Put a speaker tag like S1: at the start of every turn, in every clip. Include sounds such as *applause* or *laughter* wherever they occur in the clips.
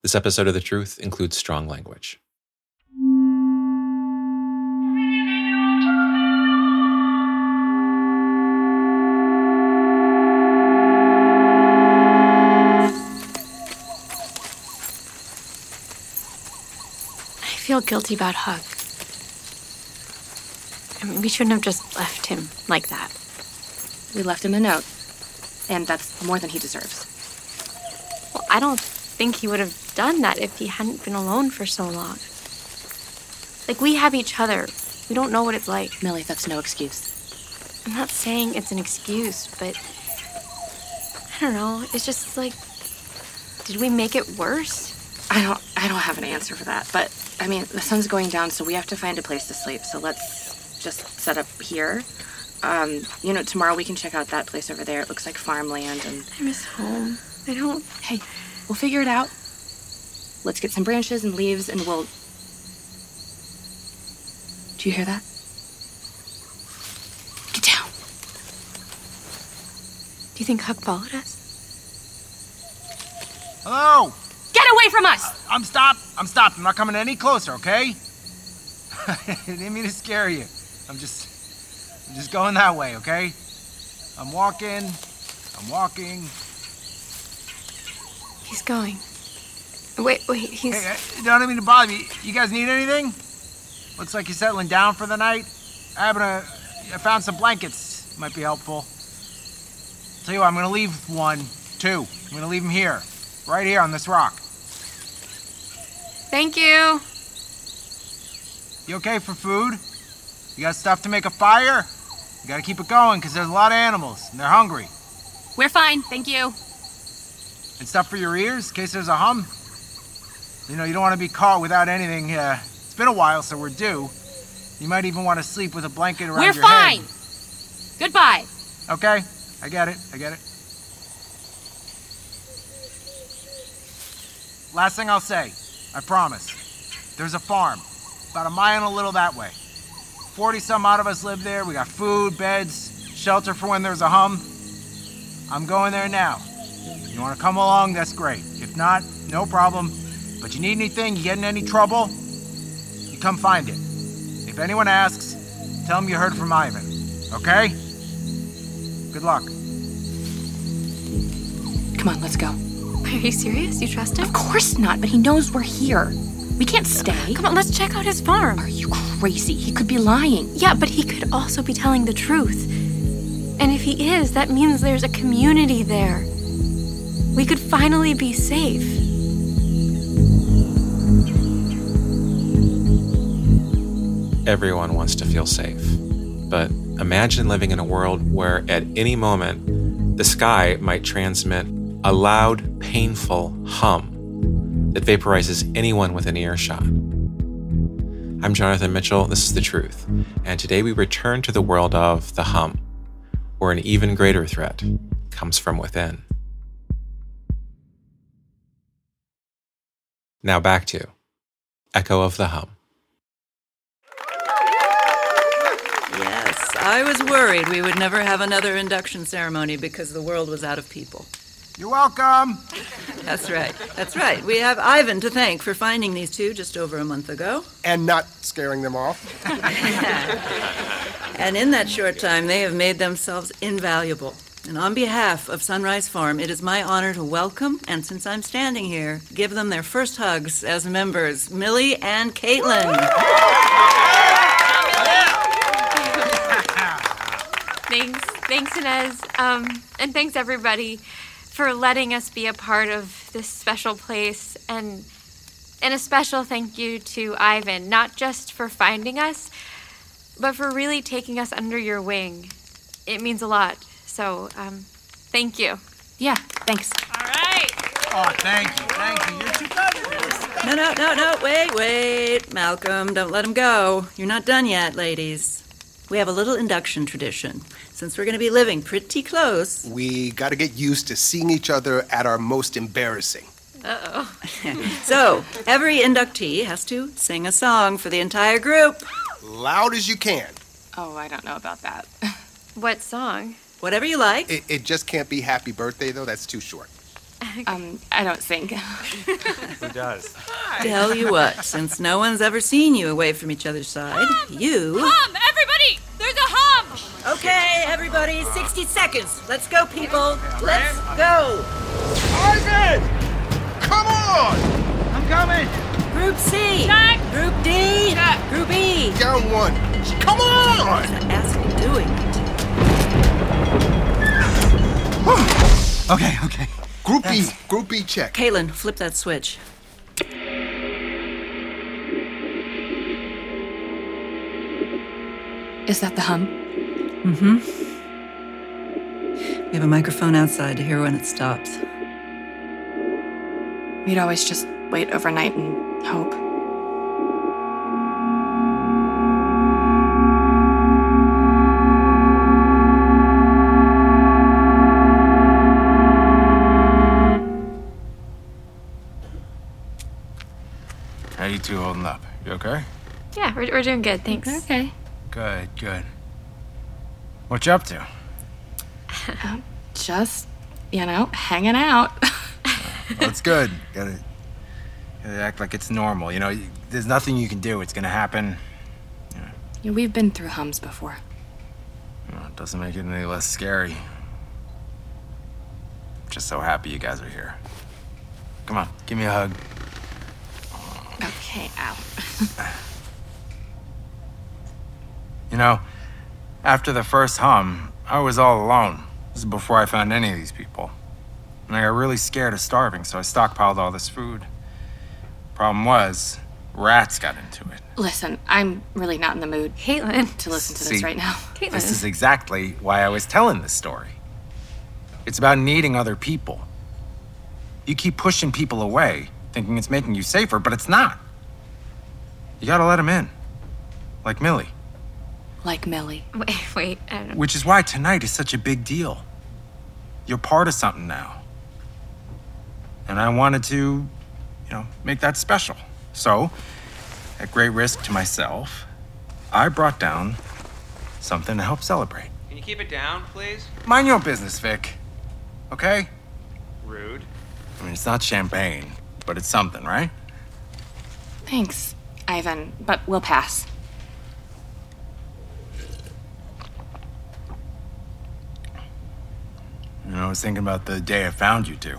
S1: This episode of The Truth includes strong language.
S2: I feel guilty about Huck. I mean, we shouldn't have just left him like that.
S3: We left him a note, and that's more than he deserves.
S2: Well, I don't think he would have done that if he hadn't been alone for so long. Like, we have each other. We don't know what it's like.
S3: Millie, that's no excuse.
S2: I'm not saying it's an excuse, but I don't know. It's just like, did we make it worse?
S3: I don't I don't have an answer for that, but I mean, the sun's going down, so we have to find a place to sleep. So let's just set up here. Um, you know, tomorrow we can check out that place over there. It looks like farmland and
S2: I miss home. I don't.
S3: hey, we'll figure it out. Let's get some branches and leaves and we'll Do you hear that? Get down.
S2: Do you think Huck followed us?
S4: Hello!
S3: Get away from us!
S4: I'm stopped. I'm stopped. I'm not coming any closer, okay? *laughs* I didn't mean to scare you. I'm just I'm just going that way, okay? I'm walking. I'm walking.
S2: He's going. Wait, wait, he's.
S4: Hey, I don't mean to bother you. You guys need anything? Looks like you're settling down for the night. I happen to I found some blankets. Might be helpful. Tell you what, I'm gonna leave one, two. I'm gonna leave them here, right here on this rock.
S2: Thank you.
S4: You okay for food? You got stuff to make a fire? You gotta keep it going, 'cause there's a lot of animals and they're hungry.
S3: We're fine, thank you.
S4: And stuff for your ears in case there's a hum. You know, you don't wanna be caught without anything. Uh, it's been a while, so we're due. You might even wanna sleep with a blanket around your head.
S3: Goodbye.
S4: Okay, I get it, I get it. Last thing I'll say, I promise. There's a farm, about a mile and a little that way. 40 some odd of us live there. We got food, beds, shelter for when there's a hum. I'm going there now. You want to come along? That's great. If not, no problem. But you need anything, you get in any trouble, you come find it. If anyone asks, tell them you heard from Ivan. Okay? Good luck.
S3: Come on, let's go.
S2: Wait, Are you serious? You trust him?
S3: Of course not, but he knows we're here. We can't stay.
S2: Come on, let's check out his farm.
S3: Are you crazy? He could be lying.
S2: Yeah, but he could also be telling the truth. And if he is, that means there's a community there. We could finally be safe.
S1: Everyone wants to feel safe. But imagine living in a world where at any moment the sky might transmit a loud, painful hum that vaporizes anyone within earshot. I'm Jonathan Mitchell. This is The Truth. And today we return to the world of the hum, where an even greater threat comes from within. Now back to Echo of the Hum.
S5: Yes, I was worried we would never have another induction ceremony because the world was out of people.
S4: You're welcome.
S5: That's right. That's right. We have Ivan to thank for finding these two just over a month ago.
S6: and not scaring them off.
S5: And in that short time, they have made themselves invaluable. And on behalf of Sunrise Farm, it is my honor to welcome, and since I'm standing here, give them their first hugs as members, Millie and Caitlin.
S2: Thanks. Thanks, Inez. Um, and thanks, everybody, for letting us be a part of this special place. And, and a special thank you to Ivan, not just for finding us, but for really taking us under your wing. It means a lot. So, um, thank you.
S3: Yeah, thanks.
S4: Oh, thank you, thank you. You're too kind.
S5: No, no, no, no, wait, wait. Malcolm, don't let him go. You're not done yet, ladies. We have a little induction tradition. Since we're going to be living pretty close,
S6: We got to get used to seeing each other at our most embarrassing.
S5: so every inductee has to sing a song for the entire group.
S6: Loud as you can.
S3: Oh, I don't know about that.
S2: What song?
S5: Whatever you like.
S6: It, it just can't be happy birthday, though. That's too short.
S3: Um, I don't sing.
S1: Who does?
S5: Tell you what, since no one's ever seen you away from each other's side, you.
S2: Hum, everybody! There's a hum!
S5: Okay, everybody, 60 seconds. Let's go, people. Let's go.
S4: Ivan! Come on! I'm coming!
S5: Group C.
S2: Jack!
S5: Group D. Group E.
S6: Down one. Come on!
S5: Asshole doing.
S4: Okay, okay.
S6: Group B, Group B check.
S5: Caitlin, flip that switch.
S3: Is that the hum?
S5: We have a microphone outside to hear when it stops.
S3: We'd always just wait overnight and hope.
S4: How you two holding up? You okay?
S2: Yeah, we're, we're doing good, thanks.
S3: Okay.
S4: Good, good. What you up to?
S3: Just, you know, hanging out. *laughs*
S4: That's good. *laughs* gotta, gotta act like it's normal. You know, you- there's nothing you can do. It's gonna happen.
S3: Yeah, We've been through hums before.
S4: You know, it doesn't make it any less scary. Just so happy you guys are here. Come on, give me a hug.
S3: Okay, ow.
S4: You know, after the first hum, I was all alone. This is before I found any of these people. And I got really scared of starving, so I stockpiled all this food. Problem was, rats got into it.
S3: Listen, I'm really not in the mood
S2: Caitlin.
S3: to listen to
S4: See.
S3: this right now.
S2: Caitlin.
S4: This is exactly why I was telling this story. It's about needing other people. You keep pushing people away, thinking it's making you safer, but it's not. You gotta let them in. Like Millie.
S3: Like Millie.
S2: Wait, wait. I don't know.
S4: Which is why tonight is such a big deal. You're part of something now. And I wanted to, you know, make that special. So, at great risk to myself, I brought down something to help celebrate.
S7: Can you keep it down, please?
S4: Mind your own business, Vic. Okay?
S7: Rude.
S4: I mean, it's not champagne, but it's something, right?
S3: Thanks, Ivan, but we'll pass.
S4: You know, I was thinking about the day I found you two.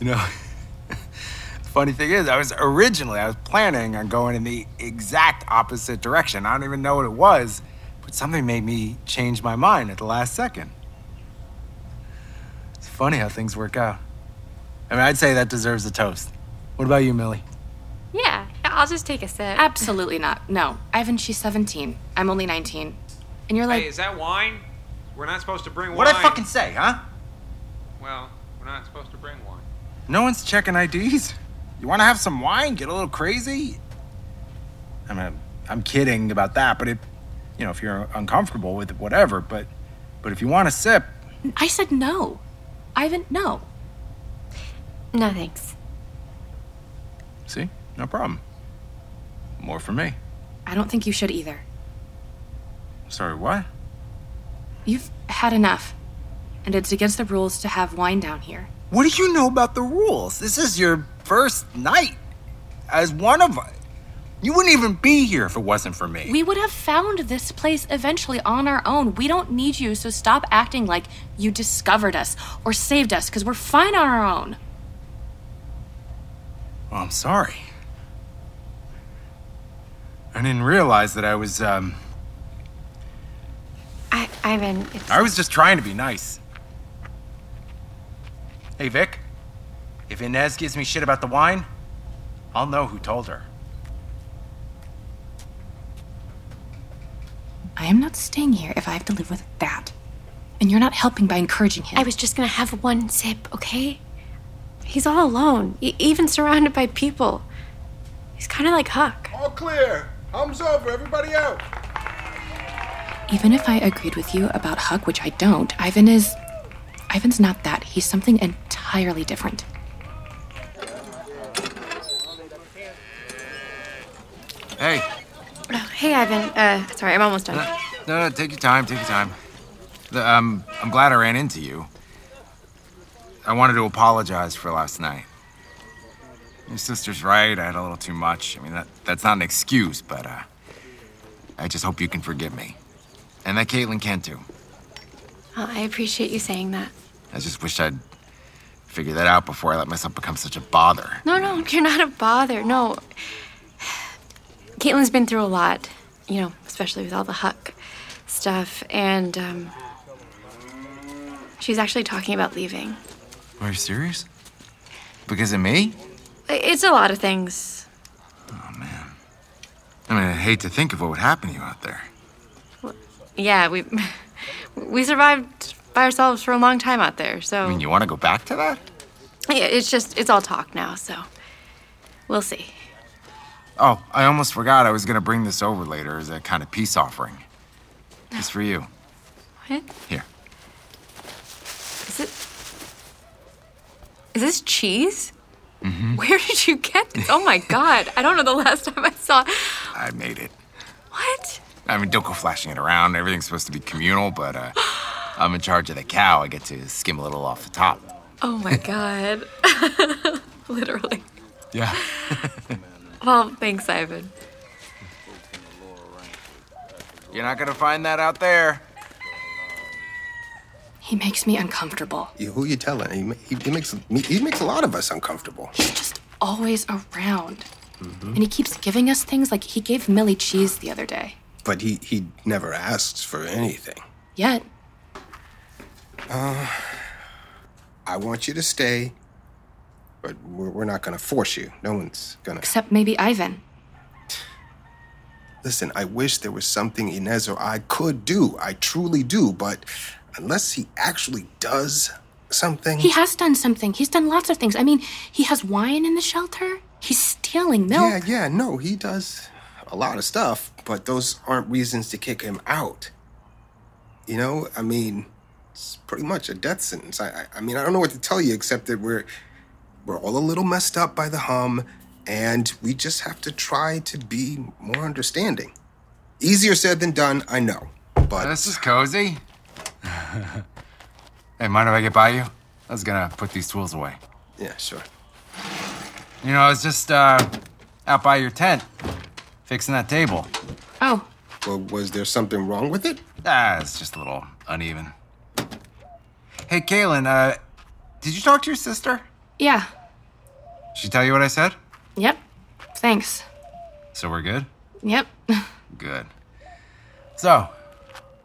S4: You know, *laughs* funny thing is, I was originally I was planning on going in the exact opposite direction. I don't even know what it was, but something made me change my mind at the last second. It's funny how things work out. I mean, I'd say that deserves a toast. What about you, Millie?
S2: Yeah, I'll just take a sip.
S3: Absolutely not. No. Ivan, she's 17. I'm only 19. And you're like,
S7: Hey, is that wine? We're not supposed to bring
S4: What'd
S7: wine.
S4: I fucking say, huh?
S7: Well, we're not supposed to bring wine.
S4: No one's checking IDs. You want to have some wine? Get a little crazy? I mean, I'm kidding about that, but if, you know, if you're uncomfortable with it, whatever, but, but if you want a sip,
S3: I said no. Ivan, no.
S2: No, thanks.
S4: see, no problem. More for me.
S3: I don't think you should either.
S4: Sorry, what?
S3: You've had enough. And it's against the rules to have wine down here.
S4: What do you know about the rules? This is your first night as one of us. You wouldn't even be here if it wasn't for me.
S3: We would have found this place eventually on our own. We don't need you, so stop acting like you discovered us or saved us, because we're fine on our own.
S4: Well, I'm sorry. I didn't realize that I was, um,
S2: I, Ivan, it's,
S4: I was just trying to be nice. Hey, Vic. If Inez gives me shit about the wine, I'll know who told her.
S3: I am not staying here if I have to live with that. And you're not helping by encouraging him.
S2: I was just gonna have one sip, okay? He's all alone, e- even surrounded by people. He's kind of like Huck.
S6: All clear. Thumbs over. Everybody out.
S3: Even if I agreed with you about Huck, which I don't, Ivan is. Ivan's not that. He's something entirely different.
S4: Hey,
S2: Oh, hey, Ivan. Uh, sorry, I'm almost done.
S4: no, no, take your time, take your time. The, um, I'm glad I ran into you. I wanted to apologize for last night. Your sister's right. I had a little too much. I mean, that, that's not an excuse, but uh, I just hope you can forgive me. And that Caitlin can too.
S2: Well, Oh, I appreciate you saying that.
S4: I just wish I'd figured that out before I let myself become such a bother.
S2: No, no, *laughs* you're not a bother. No. Caitlin's been through a lot, you know, especially with all the Huck stuff, and um, she's actually talking about leaving.
S4: Are you serious? Because of me?
S2: I- It's a lot of things.
S4: I mean, I hate to think of what would happen to you out there.
S2: Yeah, we *laughs* we survived by ourselves for a long time out there, so
S4: I mean, you want to go back to that?
S2: yeah, it's just it's all talk now. So we'll see.
S4: Oh, I almost forgot I was going to bring this over later as a kind of peace offering. Just for you.
S2: What
S4: Here.
S2: is it? Is this cheese? Where did you get? This? Oh my God! I don't know the last time I saw.
S4: I made it.
S2: What?
S4: I mean, don't go flashing it around. Everything's supposed to be communal, but uh, I'm in charge of the cow. I get to skim a little off the top.
S2: Oh my God! *laughs* Literally.
S4: Yeah.
S2: Well, thanks, Ivan.
S4: You're not going to find that out there.
S3: He makes me uncomfortable.
S6: You- Who you telling? He, ma- he, he makes me- he makes a lot of us uncomfortable.
S3: He's just always around. And he keeps giving us things like he gave Millie cheese the other day.
S6: But he he never asks for anything.
S3: Yet,
S6: I want you to stay, but we're, we're not going to force you. No one's going to.
S3: except maybe Ivan.
S6: Listen, I wish there was something Inez or I could do. I truly do, but unless he actually does something.
S3: He has done something. He's done lots of things. I mean, he has wine in the shelter. He's stealing milk.
S6: yeah, yeah, no, he does a lot of stuff, but those aren't reasons to kick him out. You know, I mean, it's pretty much a death sentence. I, I, I mean, I don't know what to tell you except that we're we're all a little messed up by the hum, and we just have to try to be more understanding. Easier said than done, I know, but
S4: This is cozy. *laughs* hey, mind if I get by you? I was going to put these tools away.
S6: yeah, sure.
S4: You know, I was just uh, out by your tent, fixing that table.
S3: Oh,
S6: Well, was there something wrong with it?
S4: Ah, it's just a little uneven. Hey, Kaylin, uh, did you talk to your sister?
S3: yeah.
S4: She tell you what I said?
S3: Yep. Thanks.
S4: So we're good?
S3: Yep. *laughs*
S4: Good. So,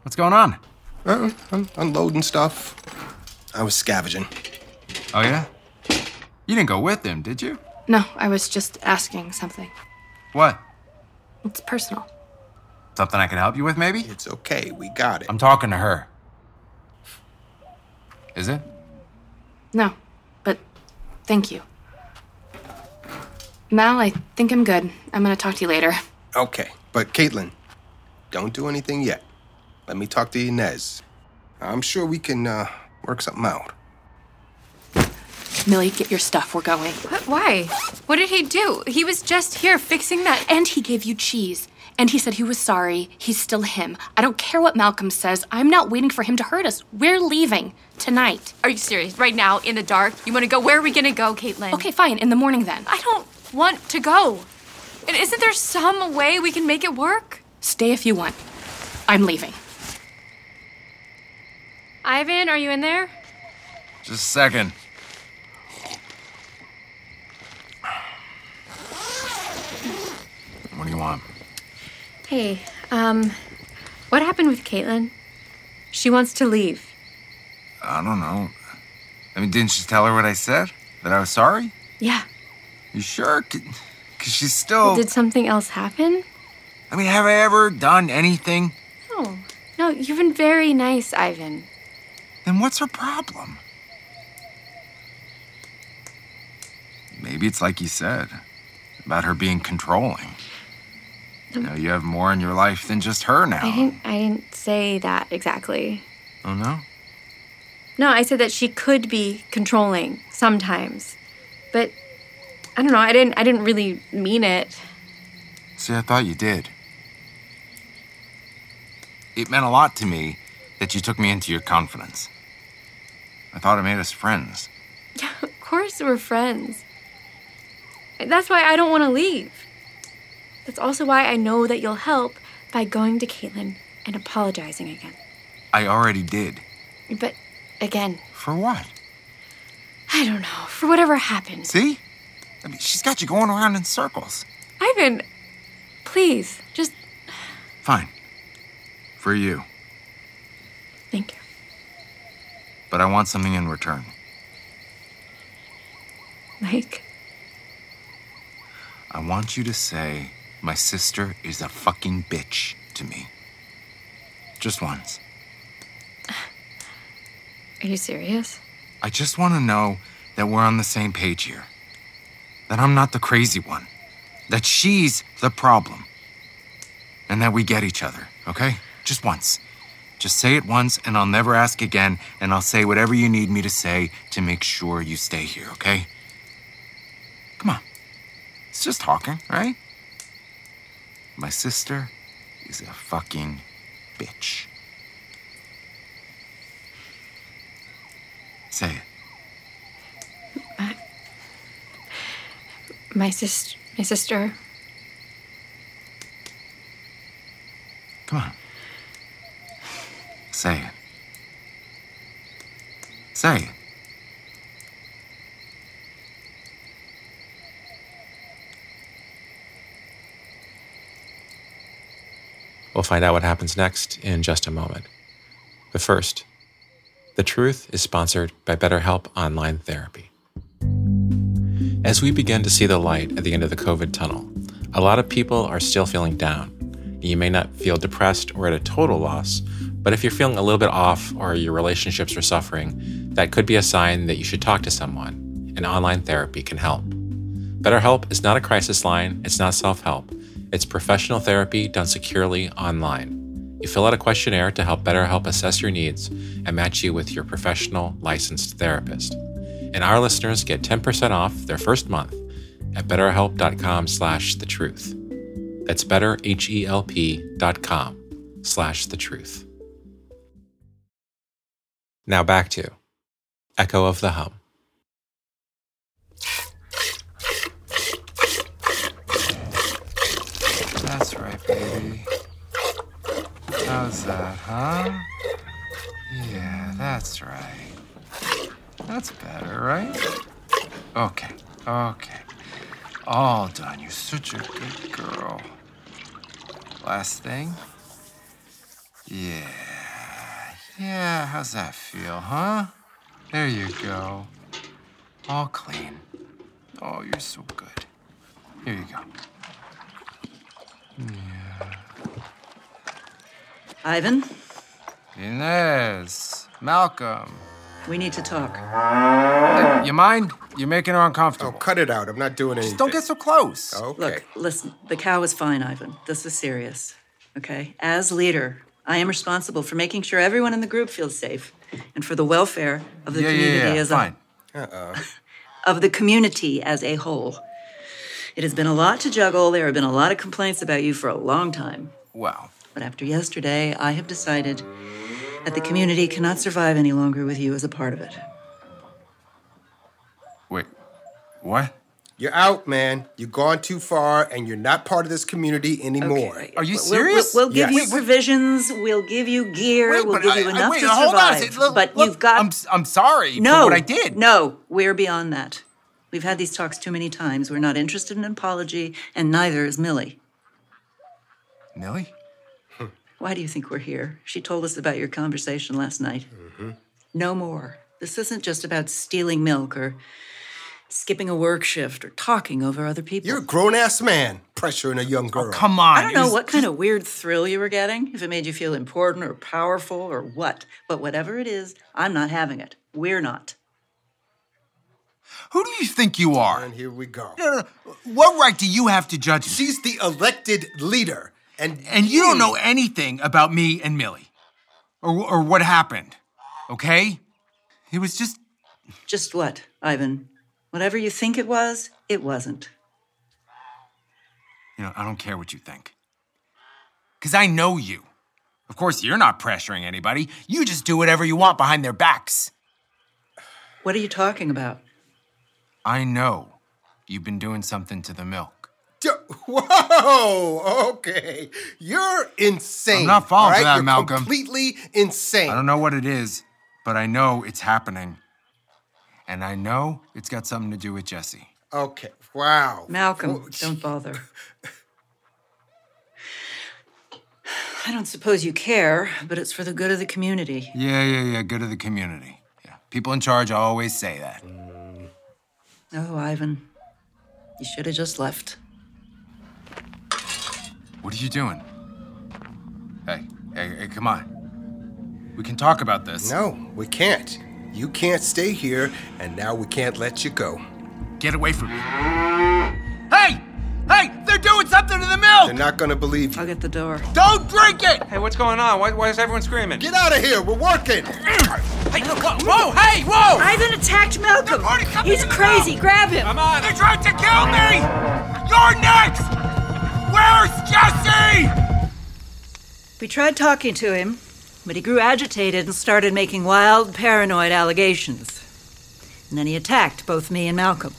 S4: what's going on?
S6: Uh, I'm unloading stuff. I was scavenging.
S4: Oh, yeah? You didn't go with him, did you?
S3: No, I was just asking something.
S4: What?
S3: It's personal.
S4: Something I can help you with, maybe?
S6: It's okay, we got it.
S4: I'm talking to her. Is it?
S3: No, but thank you. Mal, I think I'm good. I'm going to talk to you later.
S6: Okay, but Caitlin, don't do anything yet. Let me talk to Inez. I'm sure we can uh, work something out.
S3: Millie, get your stuff. We're going.
S2: What? Why? What did he do? He was just here fixing that.
S3: And he gave you cheese. And he said he was sorry. He's still him. I don't care what Malcolm says. I'm not waiting for him to hurt us. We're leaving tonight.
S2: Are you serious? Right now, in the dark? You want to go? Where are we going to go, Caitlin?
S3: Okay, fine. In the morning then.
S2: I don't want to go. And isn't there some way we can make it work?
S3: Stay if you want. I'm leaving.
S2: Ivan, are you in there?
S4: Just a second. What do you want?
S2: Hey, um, what happened with Caitlin? She wants to leave.
S4: I don't know. I mean, didn't you tell her what I said? That I was sorry?
S2: Yeah.
S4: You sure? Because she's still.
S2: Did something else happen?
S4: I mean, have I ever done anything?
S2: No. No, you've been very nice, Ivan.
S4: Then what's her problem? Maybe it's like you said about her being controlling. You know, you have more in your life than just her now.
S2: I didn't I didn't say that exactly.
S4: Oh, no?
S2: No, I said that she could be controlling sometimes. But I don't know, I didn't I didn't really mean it.
S4: See, I thought you did. It meant a lot to me that you took me into your confidence. I thought it made us friends.
S2: course we're friends. That's why I don't want to leave. That's also why I know that you'll help by going to Caitlin and apologizing again.
S4: I already did.
S2: But again,
S4: For what?
S2: I don't know, for whatever happened.
S4: See? I mean, she's got you going around in circles.
S2: Ivan, please, just
S4: Fine. For you.
S2: thank you.
S4: But I want something in return.
S2: Like,
S4: I want you to say, my sister is a fucking bitch to me. Just once.
S2: are you serious?
S4: I just want to know that we're on the same page here. That I'm not the crazy one. That she's the problem. And that we get each other, okay? Just once. Just say it once, and I'll never ask again, and I'll say whatever you need me to say to make sure you stay here, okay? Come on. It's just talking, right? My sister is a fucking bitch. Say it.
S2: My sis, my sister.
S4: Come on. Say it. Say it.
S1: We'll find out what happens next in just a moment. But first, The Truth is sponsored by BetterHelp Online Therapy. As we begin to see the light at the end of the COVID tunnel, a lot of people are still feeling down. You may not feel depressed or at a total loss, but if you're feeling a little bit off or your relationships are suffering, that could be a sign that you should talk to someone, and online therapy can help. BetterHelp is not a crisis line, it's not self help. It's professional therapy done securely online. You fill out a questionnaire to help BetterHelp assess your needs and match you with your professional licensed therapist. And our listeners get 10% off their first month at betterhelp.com slash the truth. That's betterhelp.com slash the truth. Now back to Echo of the Hum.
S4: That's right, baby. How's that, huh? Yeah, that's right. That's better, right? Okay, okay. All done. You're such a good girl. Last thing? Yeah. Yeah, how's that feel, huh? There you go. All clean. Oh, you're so good. Here you go.
S5: Ivan,
S4: Inez, Malcolm.
S5: we need to talk.
S4: Hey, you mind? You're making her
S6: Oh,
S4: uncomfortable.
S6: cut it out. I'm not doing anything.
S4: Just don't get so close.
S6: Okay.
S5: Look, listen, the cow is fine, Ivan. This is serious. Okay? As leader, I am responsible for making sure everyone in the group feels safe and for the welfare of the
S4: yeah,
S5: community
S4: yeah, yeah.
S5: as
S4: Fine.
S5: a of the community as a whole. It has been a lot to juggle. There have been a lot of complaints about you for a long time.
S4: Well,
S5: But after yesterday, I have decided that the community cannot survive any longer with you as a part of it.
S4: wait. What?
S6: You're out, man. You've gone too far, and you're not part of this community anymore.
S4: Are you
S5: We'll-
S4: serious?
S5: We'll, we'll give
S6: Yes.
S5: you provisions. We'll give you gear.
S4: Wait,
S5: we'll
S4: but
S5: give
S4: I-
S5: you
S4: I-
S5: enough
S4: wait,
S5: to survive.
S4: hold on a sec- look,
S5: but
S4: look,
S5: you've got
S4: I'm, s- I'm sorry
S5: no.
S4: for what I did.
S5: No, we're beyond that. We've had these talks too many times. We're not interested in an apology, and neither is Millie.
S4: Millie?
S5: Why do you think we're here? She told us about your conversation last night.
S4: Mm-hmm.
S5: No more. This isn't just about stealing milk or skipping a work shift or talking over other people.
S6: You're a grown ass man pressuring a young girl.
S4: Oh, Come on.
S5: I don't know what kind of weird thrill you were getting, if it made you feel important or powerful or what, but whatever it is, I'm not having it. We're not.
S4: Who do you think you are?
S6: And here we go.
S4: No, no, no. What right do you have to judge me?
S6: She's the elected leader, and
S4: and you don't know anything about me and Millie, or or what happened. Okay? It was just
S5: Just what, Ivan? Whatever you think it was, it wasn't.
S4: You know, I don't care what you think. Because I know you. Of course, you're not pressuring anybody. You just do whatever you want behind their backs.
S5: What are you talking about?
S4: I know you've been doing something to the milk.
S6: D- Whoa! Okay, you're insane.
S4: I'm not falling
S6: all
S4: for that,
S6: You're
S4: Malcolm.
S6: Completely insane.
S4: I don't know what it is, but I know it's happening. And I know it's got something to do with Jesse.
S6: Okay. Wow. Oh,
S5: Malcolm,
S6: Whoa,
S5: don't bother. I don't suppose you care, but it's for the good of the community.
S4: Yeah, yeah, yeah. Good of the community. Yeah. People in charge always say that.
S5: Oh, Ivan, you should have just left.
S4: What are you doing? Hey, hey, hey, come on. We can talk about this.
S6: No, we can't. You can't stay here, and now we can't let you go.
S4: Get away from me. Hey! Hey! They're doing something to the milk!
S6: They're not gonna believe you.
S5: I'll get the door.
S4: Don't drink it!
S8: Hey, what's going on? Why, why is everyone screaming?
S6: Get out of here. We're working.
S4: Hey, whoa, whoa, hey, whoa!
S3: Ivan attacked Malcolm.
S4: already coming
S3: He's
S4: in the
S3: crazy. Grab him.
S8: Come on!
S4: They tried to kill me! You're next! Where's Jesse?
S5: We tried talking to him, but he grew agitated and started making wild, paranoid allegations. And then he attacked both me and Malcolm.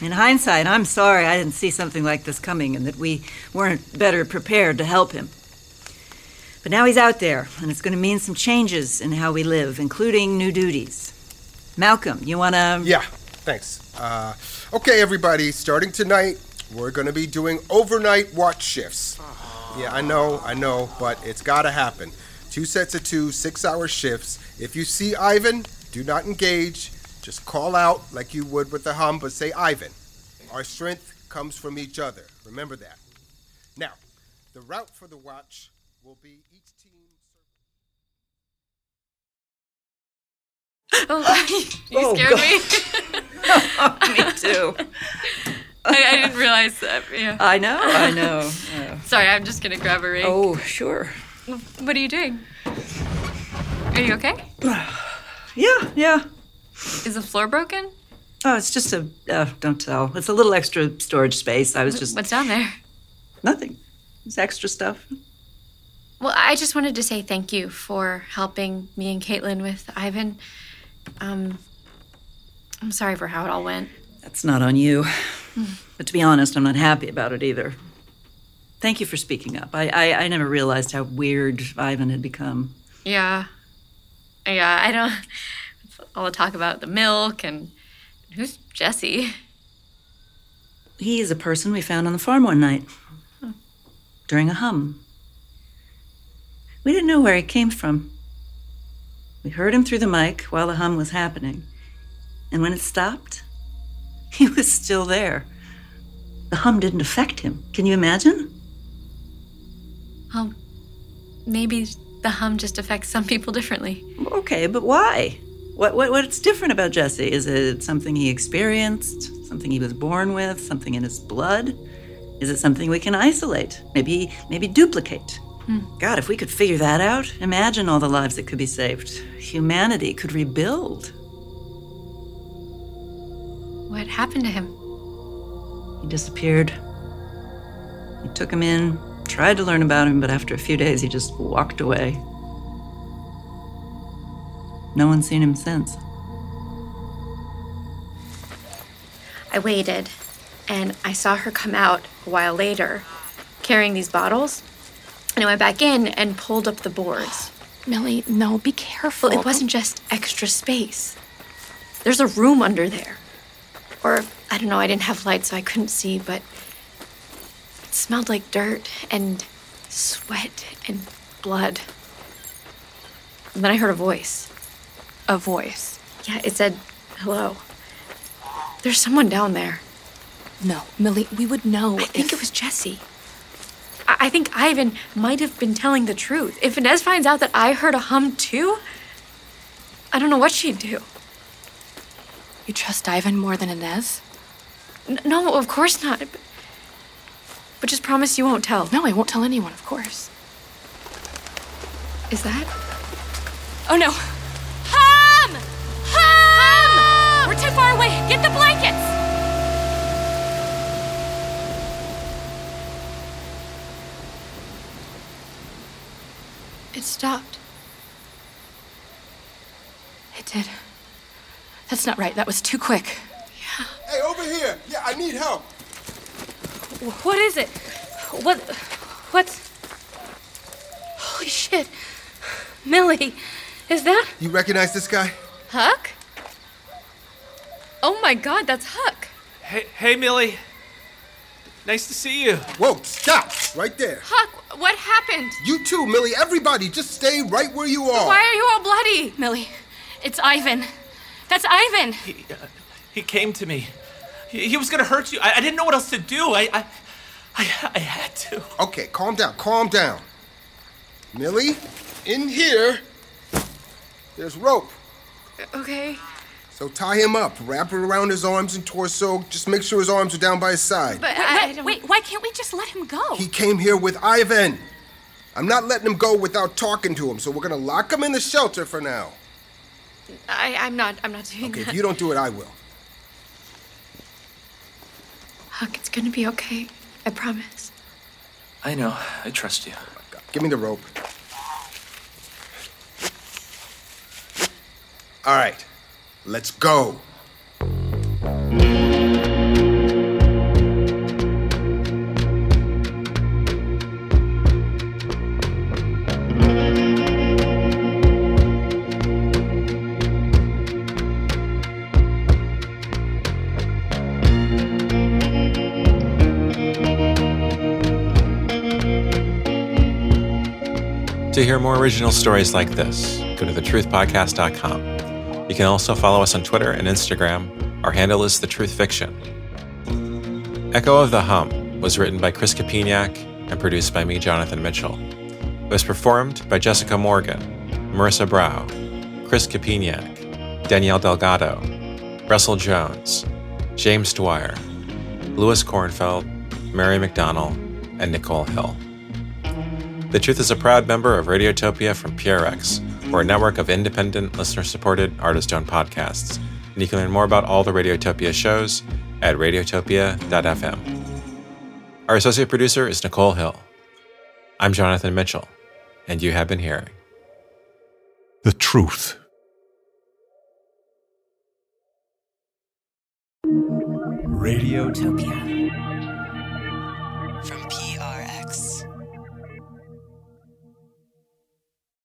S5: In hindsight, I'm sorry I didn't see something like this coming and that we weren't better prepared to help him. But now he's out there, and it's going to mean some changes in how we live, including new duties. Malcolm, you want to.
S6: Yeah, thanks. Uh, okay, everybody, starting tonight, we're going to be doing overnight watch shifts. Yeah, I know, I know, but it's got to happen. Two sets of two, six hour shifts. If you see Ivan, do not engage. Just call out like you would with the hum, but say Ivan. Our strength comes from each other. Remember that. Now, the route for the watch will be each team.
S9: Oh, you
S5: Oh,
S9: scared
S5: God. *laughs*
S9: me. *laughs*
S5: me too.
S9: I, I didn't realize that. Yeah.
S5: I know, I *laughs* know.
S9: Sorry, I'm just gonna grab a ring.
S5: Oh, sure.
S9: What are you doing? Are you okay?
S5: Yeah, yeah.
S9: Is the floor broken?
S5: Oh, it's just a uh, don't tell. It's a little extra storage space. I was just
S9: What's down there?
S5: nothing. It's extra stuff.
S9: Well, I just wanted to say thank you for helping me and Caitlin with Ivan. Um, I'm sorry for how it all went.
S5: That's not on you. Hmm. But to be honest, I'm not happy about it either. Thank you for speaking up. I, I, I never realized how weird Ivan had become.
S9: Yeah. Yeah, I don't. All the talk about the milk and who's Jesse?
S5: He is a person we found on the farm one night during a hum. We didn't know where he came from. We heard him through the mic while the hum was happening. And when it stopped, *laughs* he was still there. The hum didn't affect him. Can you imagine?
S9: Um, maybe the hum just affects some people differently.
S5: Okay, but why? What, what, what's different about Jesse? Is it something he experienced? Something he was born with? Something in his blood? Is it something we can isolate? Maybe, maybe duplicate? God, if we could figure that out, imagine all the lives that could be saved. Humanity could rebuild.
S9: What happened to him?
S5: He disappeared. We took him in, tried to learn about him, but after a few days, he just walked away. No one's seen him since.
S9: I waited, and I saw her come out a while later, carrying these bottles. And I went back in and pulled up the boards.
S10: Millie, no, be careful.
S9: Well, it wasn't just extra space. There's a room under there. Or, I don't know, I didn't have light, so I couldn't see, but it smelled like dirt and sweat and blood. And then I heard a voice.
S3: A voice.
S9: Yeah, it said, hello. There's someone down there.
S3: No, Millie, we would know.
S9: I think it was Jesse. I, I think Ivan might have been telling the truth. If Inez finds out that I heard a hum too, I don't know what she'd do.
S3: You trust Ivan more than Inez?
S9: N- no, of course not. But, but just promise you won't tell.
S3: No, I won't tell anyone, of course.
S9: Is that?
S3: Oh no. Hum! Hum! We're too far away. Get the blankets.
S9: It stopped.
S3: It did.
S9: That's not right. That was too quick.
S6: Hey, over here! Yeah, I need help.
S9: What is it? What? What's. Holy shit. Millie, is that
S6: You recognize this guy?
S9: Huck? Oh my god, that's Huck.
S8: Hey, hey, Millie. Nice to see you.
S6: Whoa, stop! Right there.
S2: Huck, what happened?
S6: You too, Millie. Everybody, just stay right where you are.
S2: Why are you all bloody?
S9: Millie, it's Ivan. That's Ivan.
S8: He, uh, he came to me. He, he was gonna hurt you. I, I didn't know what else to do. I, I, I, I had to.
S6: Okay, calm down, calm down. Millie, in here, there's rope.
S2: Uh, Okay.
S6: So tie him up, wrap it around his arms and torso. Just make sure his arms are down by his side.
S2: But
S9: Wait,
S2: I, I
S9: wait,
S2: don't.
S9: wait, why can't we just let him go?
S6: he came here with Ivan. I'm not letting him go without talking to him, so we're gonna lock him in the shelter for now.
S2: *laughs* I, I'm not. I'm not doing
S6: Okay,
S2: that.
S6: if you don't do it, I will.
S2: Huck, it's gonna be okay. I promise.
S8: I know. I trust you.
S6: Give me the rope. All right, let's go.
S1: To hear more original stories like this, go to thetruthpodcast.com. You can also follow us on Twitter and Instagram. Our handle is The Truth Fiction. Echo of the Hum was written by Chris Kapiniak and produced by me, Jonathan Mitchell. It was performed by Jessica Morgan, Marissa Brow, Chris Kapiniak, Danielle Delgado, Russell Jones, James Dwyer, Louis Kornfeld, Mary McDonnell, and Nicole Hill. The Truth is a proud member of Radiotopia from PRX, or a network of independent, listener supported, artist owned podcasts. And you can learn more about all the Radiotopia shows at radiotopia.fm. Our associate producer is Nicole Hill. I'm Jonathan Mitchell, and you have been hearing.
S11: The truth.
S7: Radiotopia.